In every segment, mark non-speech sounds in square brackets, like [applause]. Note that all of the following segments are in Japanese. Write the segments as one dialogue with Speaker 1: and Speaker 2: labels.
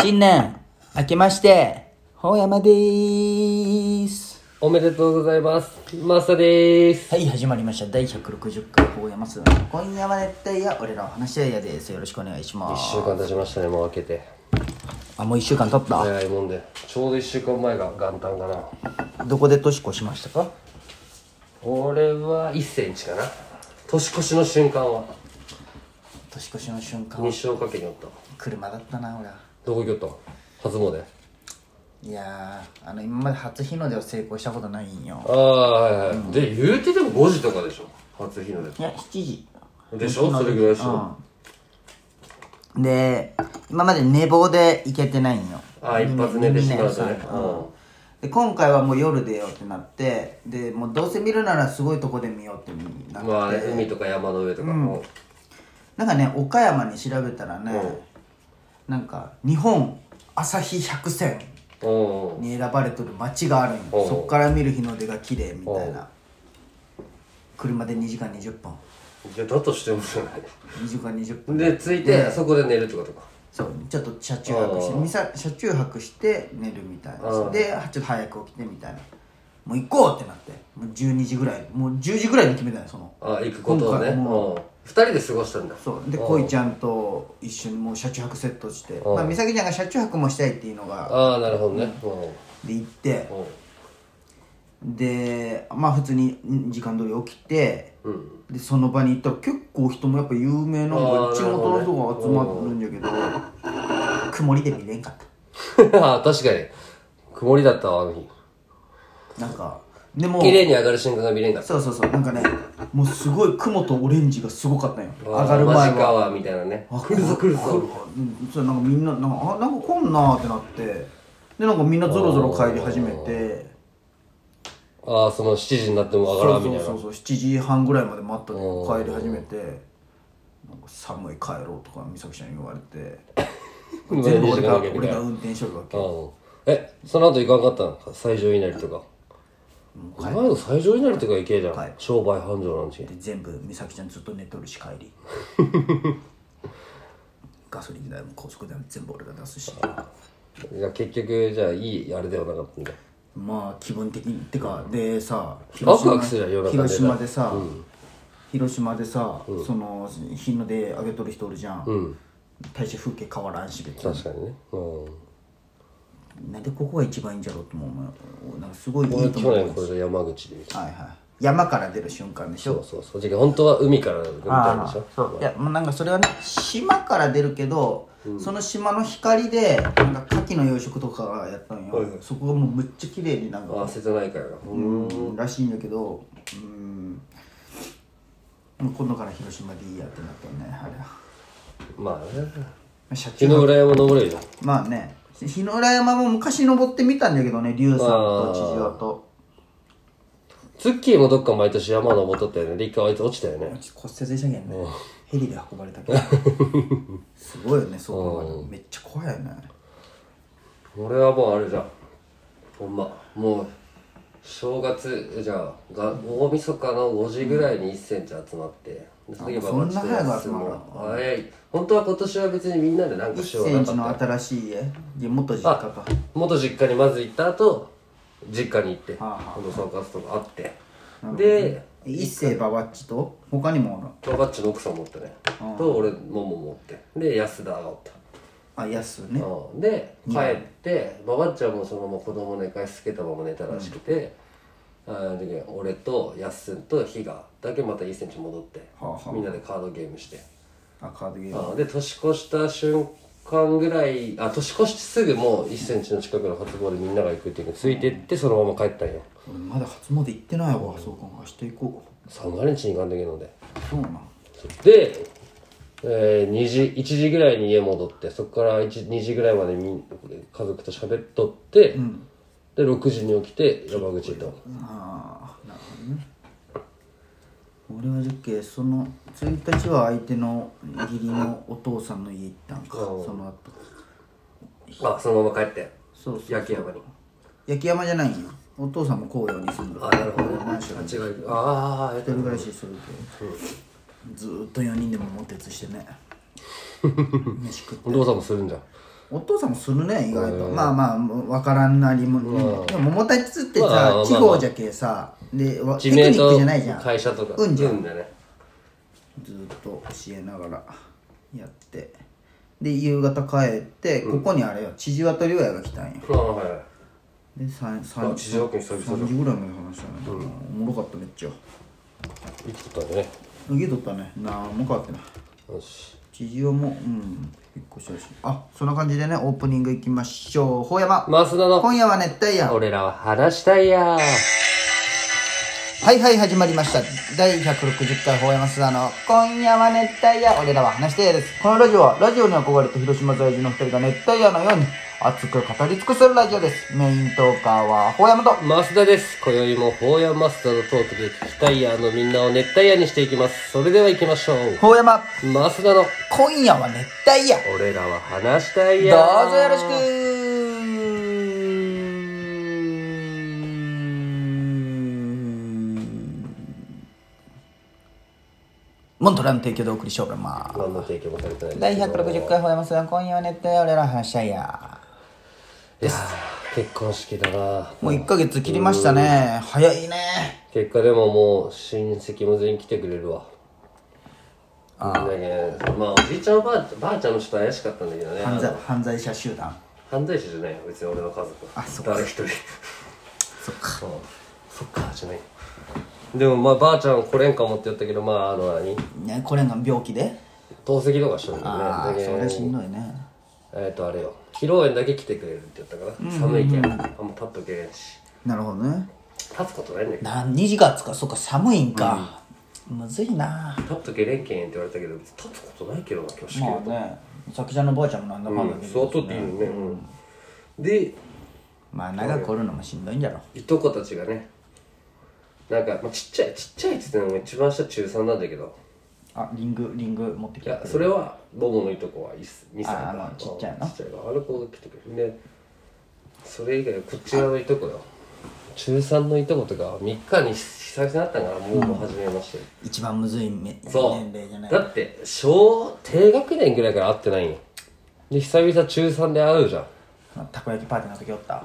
Speaker 1: 新年、明けまして、ほうやまでーす。
Speaker 2: おめでとうございます。マスタでーす。
Speaker 1: はい、始まりました。第160回ほうやます。今夜は熱帯夜、俺らお話し合いやです。よろしくお願いしま
Speaker 2: 一
Speaker 1: す。
Speaker 2: 週間経ちましたね、もう開けて。
Speaker 1: あ、もう一週間経った。
Speaker 2: 早いもんで。ちょうど一週間前が元旦かな。
Speaker 1: どこで年越しましたか
Speaker 2: 俺は1センチかな。年越しの瞬間は、
Speaker 1: 年越しの瞬間、
Speaker 2: 日照かけにおった。
Speaker 1: 車だったな、俺は。
Speaker 2: どこ行きよった初詣。
Speaker 1: いやー、あの、今まで初日の出を成功したことないんよ。
Speaker 2: ああ、はいはい。で、言うてでも5時とかでしょ。初日の
Speaker 1: いや、7時。
Speaker 2: 出。でしょそれぐらいでしょ。
Speaker 1: で、今まで寝坊で行けてないんよ。
Speaker 2: ああ、一発寝てしまうと
Speaker 1: 二
Speaker 2: ね
Speaker 1: 年。三
Speaker 2: うん。
Speaker 1: で今回はもう夜出ようってなってでもうどうせ見るならすごいとこで見ようってなって、
Speaker 2: まあ、ね、海とか山の上とかも。
Speaker 1: なんかね岡山に調べたらね、なんか日本朝日百選
Speaker 2: うんうん。
Speaker 1: に選ばれとる町があるんよ、
Speaker 2: うん
Speaker 1: そっから見る日の出が綺麗みたいな、
Speaker 2: うん
Speaker 1: 車で2時間20分
Speaker 2: いや、だとしてもじゃない。
Speaker 1: 2時間20分
Speaker 2: で、着いて、そこで寝るってことか。
Speaker 1: そうちょっと車中泊して
Speaker 2: うん
Speaker 1: みさ車中泊して寝るみたいな
Speaker 2: うん
Speaker 1: でちょっと早く起きてみたいなもう行こうってなってもう12時ぐらいもう10時ぐらいに決めたよその
Speaker 2: あ行くことを
Speaker 1: 今
Speaker 2: ね、
Speaker 1: 回も
Speaker 2: うん、2人で過ごしたんだ
Speaker 1: そうで
Speaker 2: うん
Speaker 1: 恋ちゃんと一緒にもう車中泊セットして、
Speaker 2: うん
Speaker 1: まあ、美咲ちゃんが車中泊もしたいっていうのが
Speaker 2: ああなるほどね、うん
Speaker 1: で行って
Speaker 2: うん
Speaker 1: でまあ普通にん時間通り起きて
Speaker 2: うん
Speaker 1: でその場に行ったら結構人もやっぱ有名なの
Speaker 2: あ
Speaker 1: が
Speaker 2: ー
Speaker 1: 地元の人が集まるんやけど曇りで見れんかっ
Speaker 2: [laughs] あー確かに曇りだったわあの日
Speaker 1: たなんかでも
Speaker 2: 綺麗に上がる瞬間が見れんかった
Speaker 1: そうそうそうなんかねもうすごい雲とオレンジがすごかったんよ上
Speaker 2: あー
Speaker 1: がる前
Speaker 2: マジか
Speaker 1: は
Speaker 2: わみたいなね
Speaker 1: あ
Speaker 2: 来るぞ来るぞ
Speaker 1: うんそうなんかみんななんかあなんか来んなーってなってでなんかみんなぞろぞろ帰り始めて
Speaker 2: ああその7時になっても上がらんみたいな
Speaker 1: そうそうそう7時半ぐらいまで待ったで
Speaker 2: おー
Speaker 1: 帰り始めてなんか寒い帰ろうとか美咲ちゃんに言われて
Speaker 2: うん
Speaker 1: 全部俺が
Speaker 2: 二時間だけみた
Speaker 1: 俺
Speaker 2: いな
Speaker 1: が運転しとるわけ
Speaker 2: うんえその後行かんかったの最上稲荷とかお前の最上稲荷とか行けじゃん、
Speaker 1: はい
Speaker 2: 商売繁盛なんち
Speaker 1: で全部美咲ちゃんずっと寝とるし帰
Speaker 2: [laughs]
Speaker 1: りガソリン代も高速代も全部俺が出すし
Speaker 2: いや結局じゃあいいあれではなかったんだ
Speaker 1: まあ気分的にってかでさ
Speaker 2: ワクワクするやん夜中寝たら
Speaker 1: 広島でさ、広島でさ、その日の出あげとる人おるじゃん、大して風景変わらんし別に
Speaker 2: 確かにねうん
Speaker 1: なんでここが一番いいんじゃろうと思うなんかすごいい
Speaker 2: 俺
Speaker 1: いと
Speaker 2: 去
Speaker 1: 思う
Speaker 2: 年これで山口で見た
Speaker 1: はいはい山から出る瞬間でし
Speaker 2: そ
Speaker 1: ょ
Speaker 2: うそうそうじゃあ本当は海からみたいなでしょ
Speaker 1: そういやもうなんかそれはね島から出るけど、その島の光でなんか牡蠣の養殖とかやったんよ、そこがもうむっちゃ綺麗になんか
Speaker 2: あ瀬戸内海が
Speaker 1: うんらしいんだけどうんもう今度から広島でいいやってなったよねあれは
Speaker 2: まあね
Speaker 1: 車
Speaker 2: 日
Speaker 1: 中
Speaker 2: の裏山登れるじゃん
Speaker 1: まあね日の浦山も昔登ってみたんだけどね龍さんと千々岩と
Speaker 2: ツッキーもどっか毎年山登っとったよねで一回あいつ落ちたよね
Speaker 1: 骨折したけんねヘリで運ばれた
Speaker 2: [laughs]
Speaker 1: けどすごいよねそう考えたらめっちゃ怖いよね
Speaker 2: 俺はもうあれじゃんほんまもう正月じゃあが大晦日の5時ぐらいに1センチ集まって、でその時
Speaker 1: あそんな
Speaker 2: ババチ
Speaker 1: 早
Speaker 2: と
Speaker 1: く
Speaker 2: 休
Speaker 1: 集まる
Speaker 2: もう早い本当は今年は別にみんなで何かしよ
Speaker 1: 1セン
Speaker 2: うがな
Speaker 1: チ
Speaker 2: か
Speaker 1: の
Speaker 2: った
Speaker 1: 新しい家いや元実家か
Speaker 2: 元実家にまず行った後実家に行って
Speaker 1: あはあ
Speaker 2: この総括とかあってで
Speaker 1: 一世ババッチと他にもおる
Speaker 2: ババッチの奥さん持ってね、と俺もも持ってで安田がおった、
Speaker 1: あやすね
Speaker 2: うんで帰ってババッチはもうそのまま子供寝かしつけたまま寝たらしくて、あーで俺とやっすんとヒガだけまた1センチ戻って、
Speaker 1: はあはあ
Speaker 2: みんなでカードゲームして、
Speaker 1: あカードゲーム
Speaker 2: あーで年越した瞬間ぐらいあ年越してすぐもう1センチの近くの初詣みんなが行くっていうのついてってそのまま帰ったんよ
Speaker 1: 俺まだ初詣行ってないわそう考えしていこ
Speaker 2: 三が日に行かんといけんので
Speaker 1: うそうなん
Speaker 2: で、えー、2時1時ぐらいに家戻ってそこから1 2時ぐらいまでみん家族と喋っとって、で6時に起きて山口へと
Speaker 1: ああなるほどね俺はじゃっけその1日は相手の義理のお父さんの家行ったんか
Speaker 2: うん
Speaker 1: その後
Speaker 2: あそのまま帰って
Speaker 1: そうそう
Speaker 2: 焼き山に
Speaker 1: 焼き山じゃないんよお父さんも紅葉に住んでる
Speaker 2: あなるほどね
Speaker 1: マンションに一
Speaker 2: 違うああやって
Speaker 1: 人
Speaker 2: る
Speaker 1: 暮らしするけどずーっと4人でもモテツしてね飯食って
Speaker 2: お父さんもするんじゃん
Speaker 1: お父さんもするね意外と、
Speaker 2: うん
Speaker 1: まあまあ分からんなりも、
Speaker 2: うん
Speaker 1: でも桃太つってさ、
Speaker 2: まあまあまあ
Speaker 1: 地方じゃけえさでわテ
Speaker 2: 地
Speaker 1: クニ
Speaker 2: 名
Speaker 1: ック
Speaker 2: と
Speaker 1: じゃないじゃん
Speaker 2: 会社とか
Speaker 1: うんじゃん
Speaker 2: だね
Speaker 1: ずっと教えながらやってで夕方帰って、ここにあれよ千々和と亮也が来たんよ
Speaker 2: ああはい
Speaker 1: で三三
Speaker 2: あ千々和君久々じゃん
Speaker 1: 3時ぐらいまで話したね、おもろかっためっちゃ
Speaker 2: 生きてたんだね
Speaker 1: 受け取ったねなんも変わってない
Speaker 2: よし
Speaker 1: 千々和もうん引っ越したしあそんな感じでねオープニングいきましょうほうやま
Speaker 2: マスダの
Speaker 1: 今夜は熱帯夜
Speaker 2: 俺らは話したいや
Speaker 1: はいはい始まりました第160回法山須田の「今夜は熱帯夜俺らは話してや」ですこのラジオはラジオに憧れて広島在住の2人が熱帯夜のように熱く語り尽くすラジオですメイントーカーは法山と
Speaker 2: マスダです今宵もホーヤマスダのトークで聞きたいやのみんなを熱帯夜にしていきますそれでは行きましょう
Speaker 1: 法山
Speaker 2: マスダの
Speaker 1: 今夜は熱帯夜
Speaker 2: 俺らは話したいや
Speaker 1: どうぞよろしくモントラの提供でお送りしようかまあ
Speaker 2: 何の提供もされてな
Speaker 1: 第
Speaker 2: い
Speaker 1: 160回ほやますが今夜は熱帯夜俺らはしゃいや
Speaker 2: です結婚式だな
Speaker 1: もう1ヶ月切りましたね早いね
Speaker 2: 結果でももう親戚も全員来てくれるわあだけどまあおじいちゃんおばあちゃんばあちゃんもちょっと怪しかったんだけどね
Speaker 1: 犯罪
Speaker 2: あの
Speaker 1: 犯罪者集団
Speaker 2: 犯罪者じゃないよ別に俺の家族
Speaker 1: あそっか
Speaker 2: 誰一人
Speaker 1: そっか
Speaker 2: そうそっかじゃないでもまあばあちゃん来れんかもって言ったけどまああの何
Speaker 1: ねこれが病気で
Speaker 2: 透析とかしとるんだよね
Speaker 1: ああ
Speaker 2: だけ
Speaker 1: そ
Speaker 2: ど
Speaker 1: れしんどいね
Speaker 2: えっ、とあれよ披露宴だけ来てくれるって言ったから、寒いけんあんま立っとけんし
Speaker 1: なるほどね
Speaker 2: 立つことないんだけど
Speaker 1: 何2月かそっか寒いんか、むずいな
Speaker 2: 立っとけれんけんって言われたけど別に立つことないけどな挙式
Speaker 1: まあねさきちゃんのばあちゃんもなんだかんだ
Speaker 2: うん
Speaker 1: け
Speaker 2: 座
Speaker 1: ど、
Speaker 2: っとっていいよね、うんで
Speaker 1: まあ長くおるのもしんどいんじゃろ
Speaker 2: いとこたちがねなんか、まあ、ちっちゃいちっちゃいっつっても一番下中3なんだけど
Speaker 1: あリングリング持ってき
Speaker 2: い
Speaker 1: た
Speaker 2: やそれはボボのいとこは一2歳
Speaker 1: あ
Speaker 2: だ
Speaker 1: あのちっちゃいの
Speaker 2: ちっちゃいのあの子が来てくれるでそれ以外はこっち側のいとこよ中3のいとことか3日に久々になったからもう始めまして、
Speaker 1: 一番むずいめ
Speaker 2: そ
Speaker 1: 年齢じゃな
Speaker 2: う
Speaker 1: い
Speaker 2: だって小低学年ぐらいから会ってないんよで久々中3で会うじゃん
Speaker 1: たこ焼きパーティーの時おった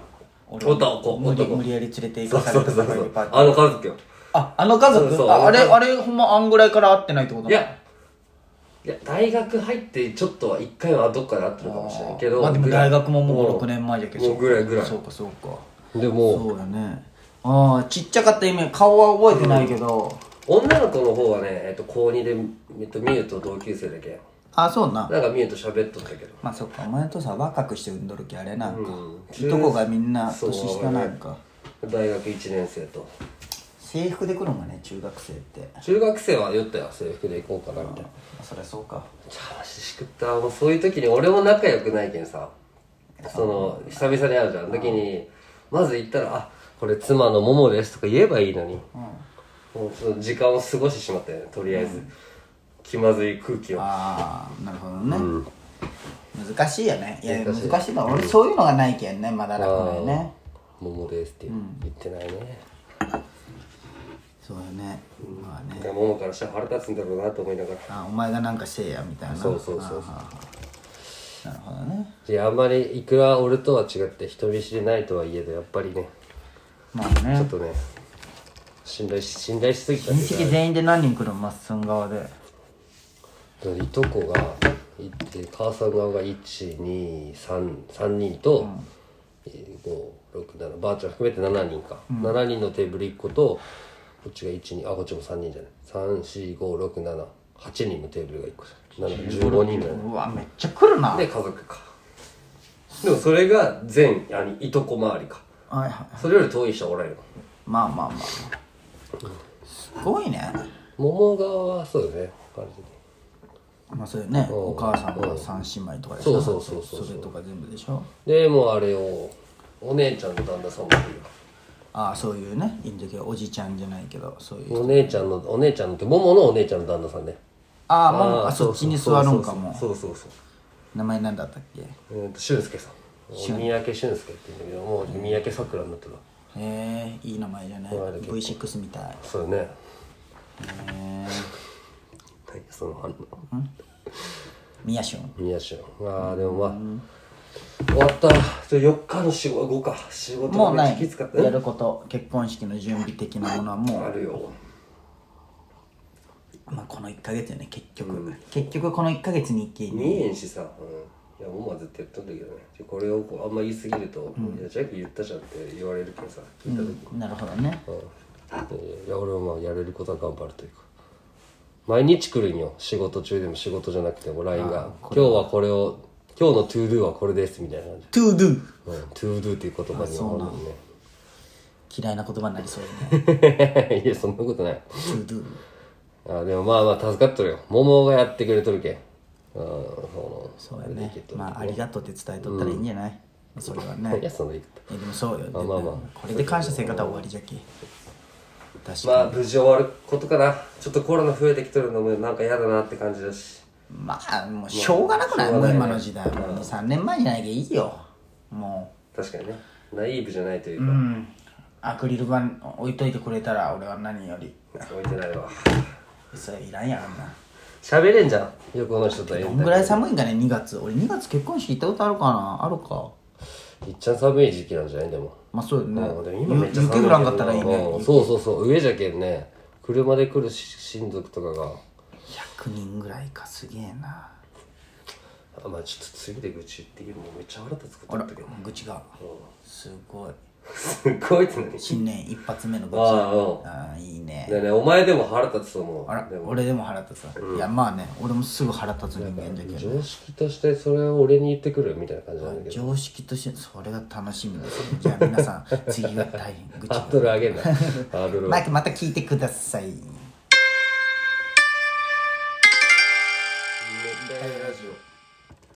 Speaker 1: 俺
Speaker 2: おったおこ
Speaker 1: 無理
Speaker 2: おったおこ
Speaker 1: 無理やり連れて行
Speaker 2: そう
Speaker 1: かさ
Speaker 2: そ
Speaker 1: れたたこ焼
Speaker 2: うそうそ
Speaker 1: き
Speaker 2: う
Speaker 1: パーティー
Speaker 2: あの家族よ
Speaker 1: ああの家族
Speaker 2: そうそう
Speaker 1: ああれ
Speaker 2: あの
Speaker 1: あれほんまあんぐらいから会ってないってこと
Speaker 2: いやいや大学入ってちょっとは1回はどっかで会ってるかもしれないけど
Speaker 1: まあでも
Speaker 2: ぐらい
Speaker 1: 大学ももう56年前じゃけど
Speaker 2: もうぐらいぐらい
Speaker 1: そうかそうか
Speaker 2: でも
Speaker 1: そうだねああちっちゃかった夢顔は覚えてないけど、
Speaker 2: 女の子の方はね、えっと、高2で、えっと、みゆと同級生だけん
Speaker 1: あそうな
Speaker 2: なんかみゆと喋っとったけど
Speaker 1: まあそっかお前とさ若くして産んどるきあれなんか、
Speaker 2: う
Speaker 1: いとこがみんな
Speaker 2: そう
Speaker 1: 年下なんか
Speaker 2: 大学1年生と
Speaker 1: 制服で来るもんね中学生って
Speaker 2: 中学生は酔ったよ制服で行こうかなみたいな
Speaker 1: そりゃそうか
Speaker 2: じゃあしくったもうそういう時に俺も仲良くないけんさその久々に会うじゃん時にまず行ったら「あこれ妻のももです」とか言えばいいのに、もうその時間を過ごしてしまったよねとりあえず、気まずい空気を
Speaker 1: ああなるほどね、難しいよねいや
Speaker 2: 難しい
Speaker 1: 難しいな俺そういうのがないけんねまだ楽だよね
Speaker 2: 「ももです」って言ってないね、
Speaker 1: そうよねまあね
Speaker 2: でももからしたら腹立つんだろうなと思いながら
Speaker 1: あお前がなんかせえやみたいな
Speaker 2: そうそうそうそう
Speaker 1: なるほどね
Speaker 2: いやあんまりいくら俺とは違って人見知りないとはいえどやっぱりね
Speaker 1: まあ
Speaker 2: ちょ
Speaker 1: ね
Speaker 2: っとね信頼し信頼しすぎた
Speaker 1: 親戚全員で何人来るのまっすん側で
Speaker 2: だからいとこがいて母さん側が1233人と、えー567ばあちゃん含めて7人か、7人のテーブル1個とこっちが12あこっちも3人じゃない34567 8人のテーブルが1個じゃない7 15人ぐらいう
Speaker 1: わめっちゃ来るなはい
Speaker 2: で家族かでもそれが全あのいとこ周りか
Speaker 1: はい
Speaker 2: それより遠い人はおられる
Speaker 1: まあまあまあすごいね
Speaker 2: 桃側はそうよねあれ
Speaker 1: まあそうよねお母さんが3姉妹とかでし
Speaker 2: そ
Speaker 1: ょ
Speaker 2: うそうそうそう
Speaker 1: それとか全部でしょ
Speaker 2: ででもうあれをお姉ちゃんの旦那さんもいるよ
Speaker 1: ああそういうねいいんだけどおじちゃんじゃないけどそういう
Speaker 2: お姉ちゃんのお姉ちゃんのって桃のお姉ちゃんの旦那さんね
Speaker 1: ああもうあそっちに座るんかも
Speaker 2: そうそうそう
Speaker 1: 名前なんだったっけへ
Speaker 2: そうえっと俊介さん三宅俊介って言うんだけどもう三宅さくらになってるわ
Speaker 1: えいい名前じゃない
Speaker 2: これだけ
Speaker 1: V6 みたいへ
Speaker 2: そうよねはい
Speaker 1: え
Speaker 2: その反応
Speaker 1: 宮俊
Speaker 2: 宮氏まあでもまあ終わったじゃあ4日の仕事5か仕事
Speaker 1: もう
Speaker 2: が
Speaker 1: な
Speaker 2: めっ
Speaker 1: い
Speaker 2: ちゃきつかった
Speaker 1: や
Speaker 2: ね
Speaker 1: ること結婚式の準備的なものはも
Speaker 2: あ
Speaker 1: う、
Speaker 2: るよ
Speaker 1: まあ、この1ヶ月よね結局、結局この1ヶ月に一気に
Speaker 2: 見えんしさ、うん、いやもうは絶対やっとんだけどねでこれをこうあんま言いすぎると「いやジャッキー言ったじゃん」って言われるけどさ聞いた時、
Speaker 1: なるほどね
Speaker 2: うんいや俺はまあやれることは頑張るというか毎日来るんよ仕事中でも仕事じゃなくても LINE が「今日はこれを今日のトゥードゥはこれです」みたいな感じ
Speaker 1: トゥードゥ
Speaker 2: うん、トゥードゥっていう言葉には本当に
Speaker 1: 嫌いな言葉になりそうだね
Speaker 2: ね [laughs] いやそんなことない
Speaker 1: トゥードゥ
Speaker 2: あでもまあまあ助かっとるよ桃がやってくれとるけんうんその
Speaker 1: そうや
Speaker 2: れでい
Speaker 1: ね
Speaker 2: けとる
Speaker 1: まあありがとうって伝えとったらいいんじゃない、それはね
Speaker 2: いやその言い
Speaker 1: えでもそうよ、
Speaker 2: あまあまあ
Speaker 1: これで感謝せんかったら終わりじゃけ確
Speaker 2: 方ま
Speaker 1: か
Speaker 2: あ無事終わることかなちょっとコロナ増えてきとるのもなんか嫌だなって感じだし
Speaker 1: にまあもうしょうがなくない
Speaker 2: しょ
Speaker 1: も
Speaker 2: うが
Speaker 1: う
Speaker 2: ない
Speaker 1: 今の時代もう3年前になきゃいいよも
Speaker 2: 確かにねナイーブじゃないという
Speaker 1: うう
Speaker 2: か、
Speaker 1: んアクリル板置いといてくれたら俺は何より
Speaker 2: 置いてないわ
Speaker 1: それいらんやんな
Speaker 2: 喋れんじゃん横の人とエン
Speaker 1: ど
Speaker 2: タ
Speaker 1: んぐらい寒いんかね2月俺2月結婚式行ったことあるかなあるか
Speaker 2: いっちゃん寒い時期なんじゃないでも
Speaker 1: まあそうよね、
Speaker 2: うんでも今めっちゃ
Speaker 1: 雪
Speaker 2: 寒い
Speaker 1: 降らんかったらいいね
Speaker 2: うんそうそうそう上じゃけんね車で来るし親族とかが
Speaker 1: 100人ぐらいかすげえな
Speaker 2: あまあちょっとついで愚痴っていうのもめっちゃ腹立つこ
Speaker 1: あ
Speaker 2: とだ
Speaker 1: ら
Speaker 2: ったけど
Speaker 1: 愚痴がすごい
Speaker 2: すっごい
Speaker 1: [laughs]
Speaker 2: って何
Speaker 1: 新年一発目の愚痴
Speaker 2: ああうん
Speaker 1: ああいいね
Speaker 2: ねえねえお前でも腹立つと思う
Speaker 1: あら
Speaker 2: でも
Speaker 1: 俺でも腹立つわ、いやまあね俺もすぐ腹立つ人間だけど
Speaker 2: 常識としてそれを俺に言ってくるみたいな感じなんだけど
Speaker 1: 常識としてそれが楽しみですねじゃあ皆さん次は大変愚痴
Speaker 2: ハードル上げんなハードルを
Speaker 1: まあまた聞いてください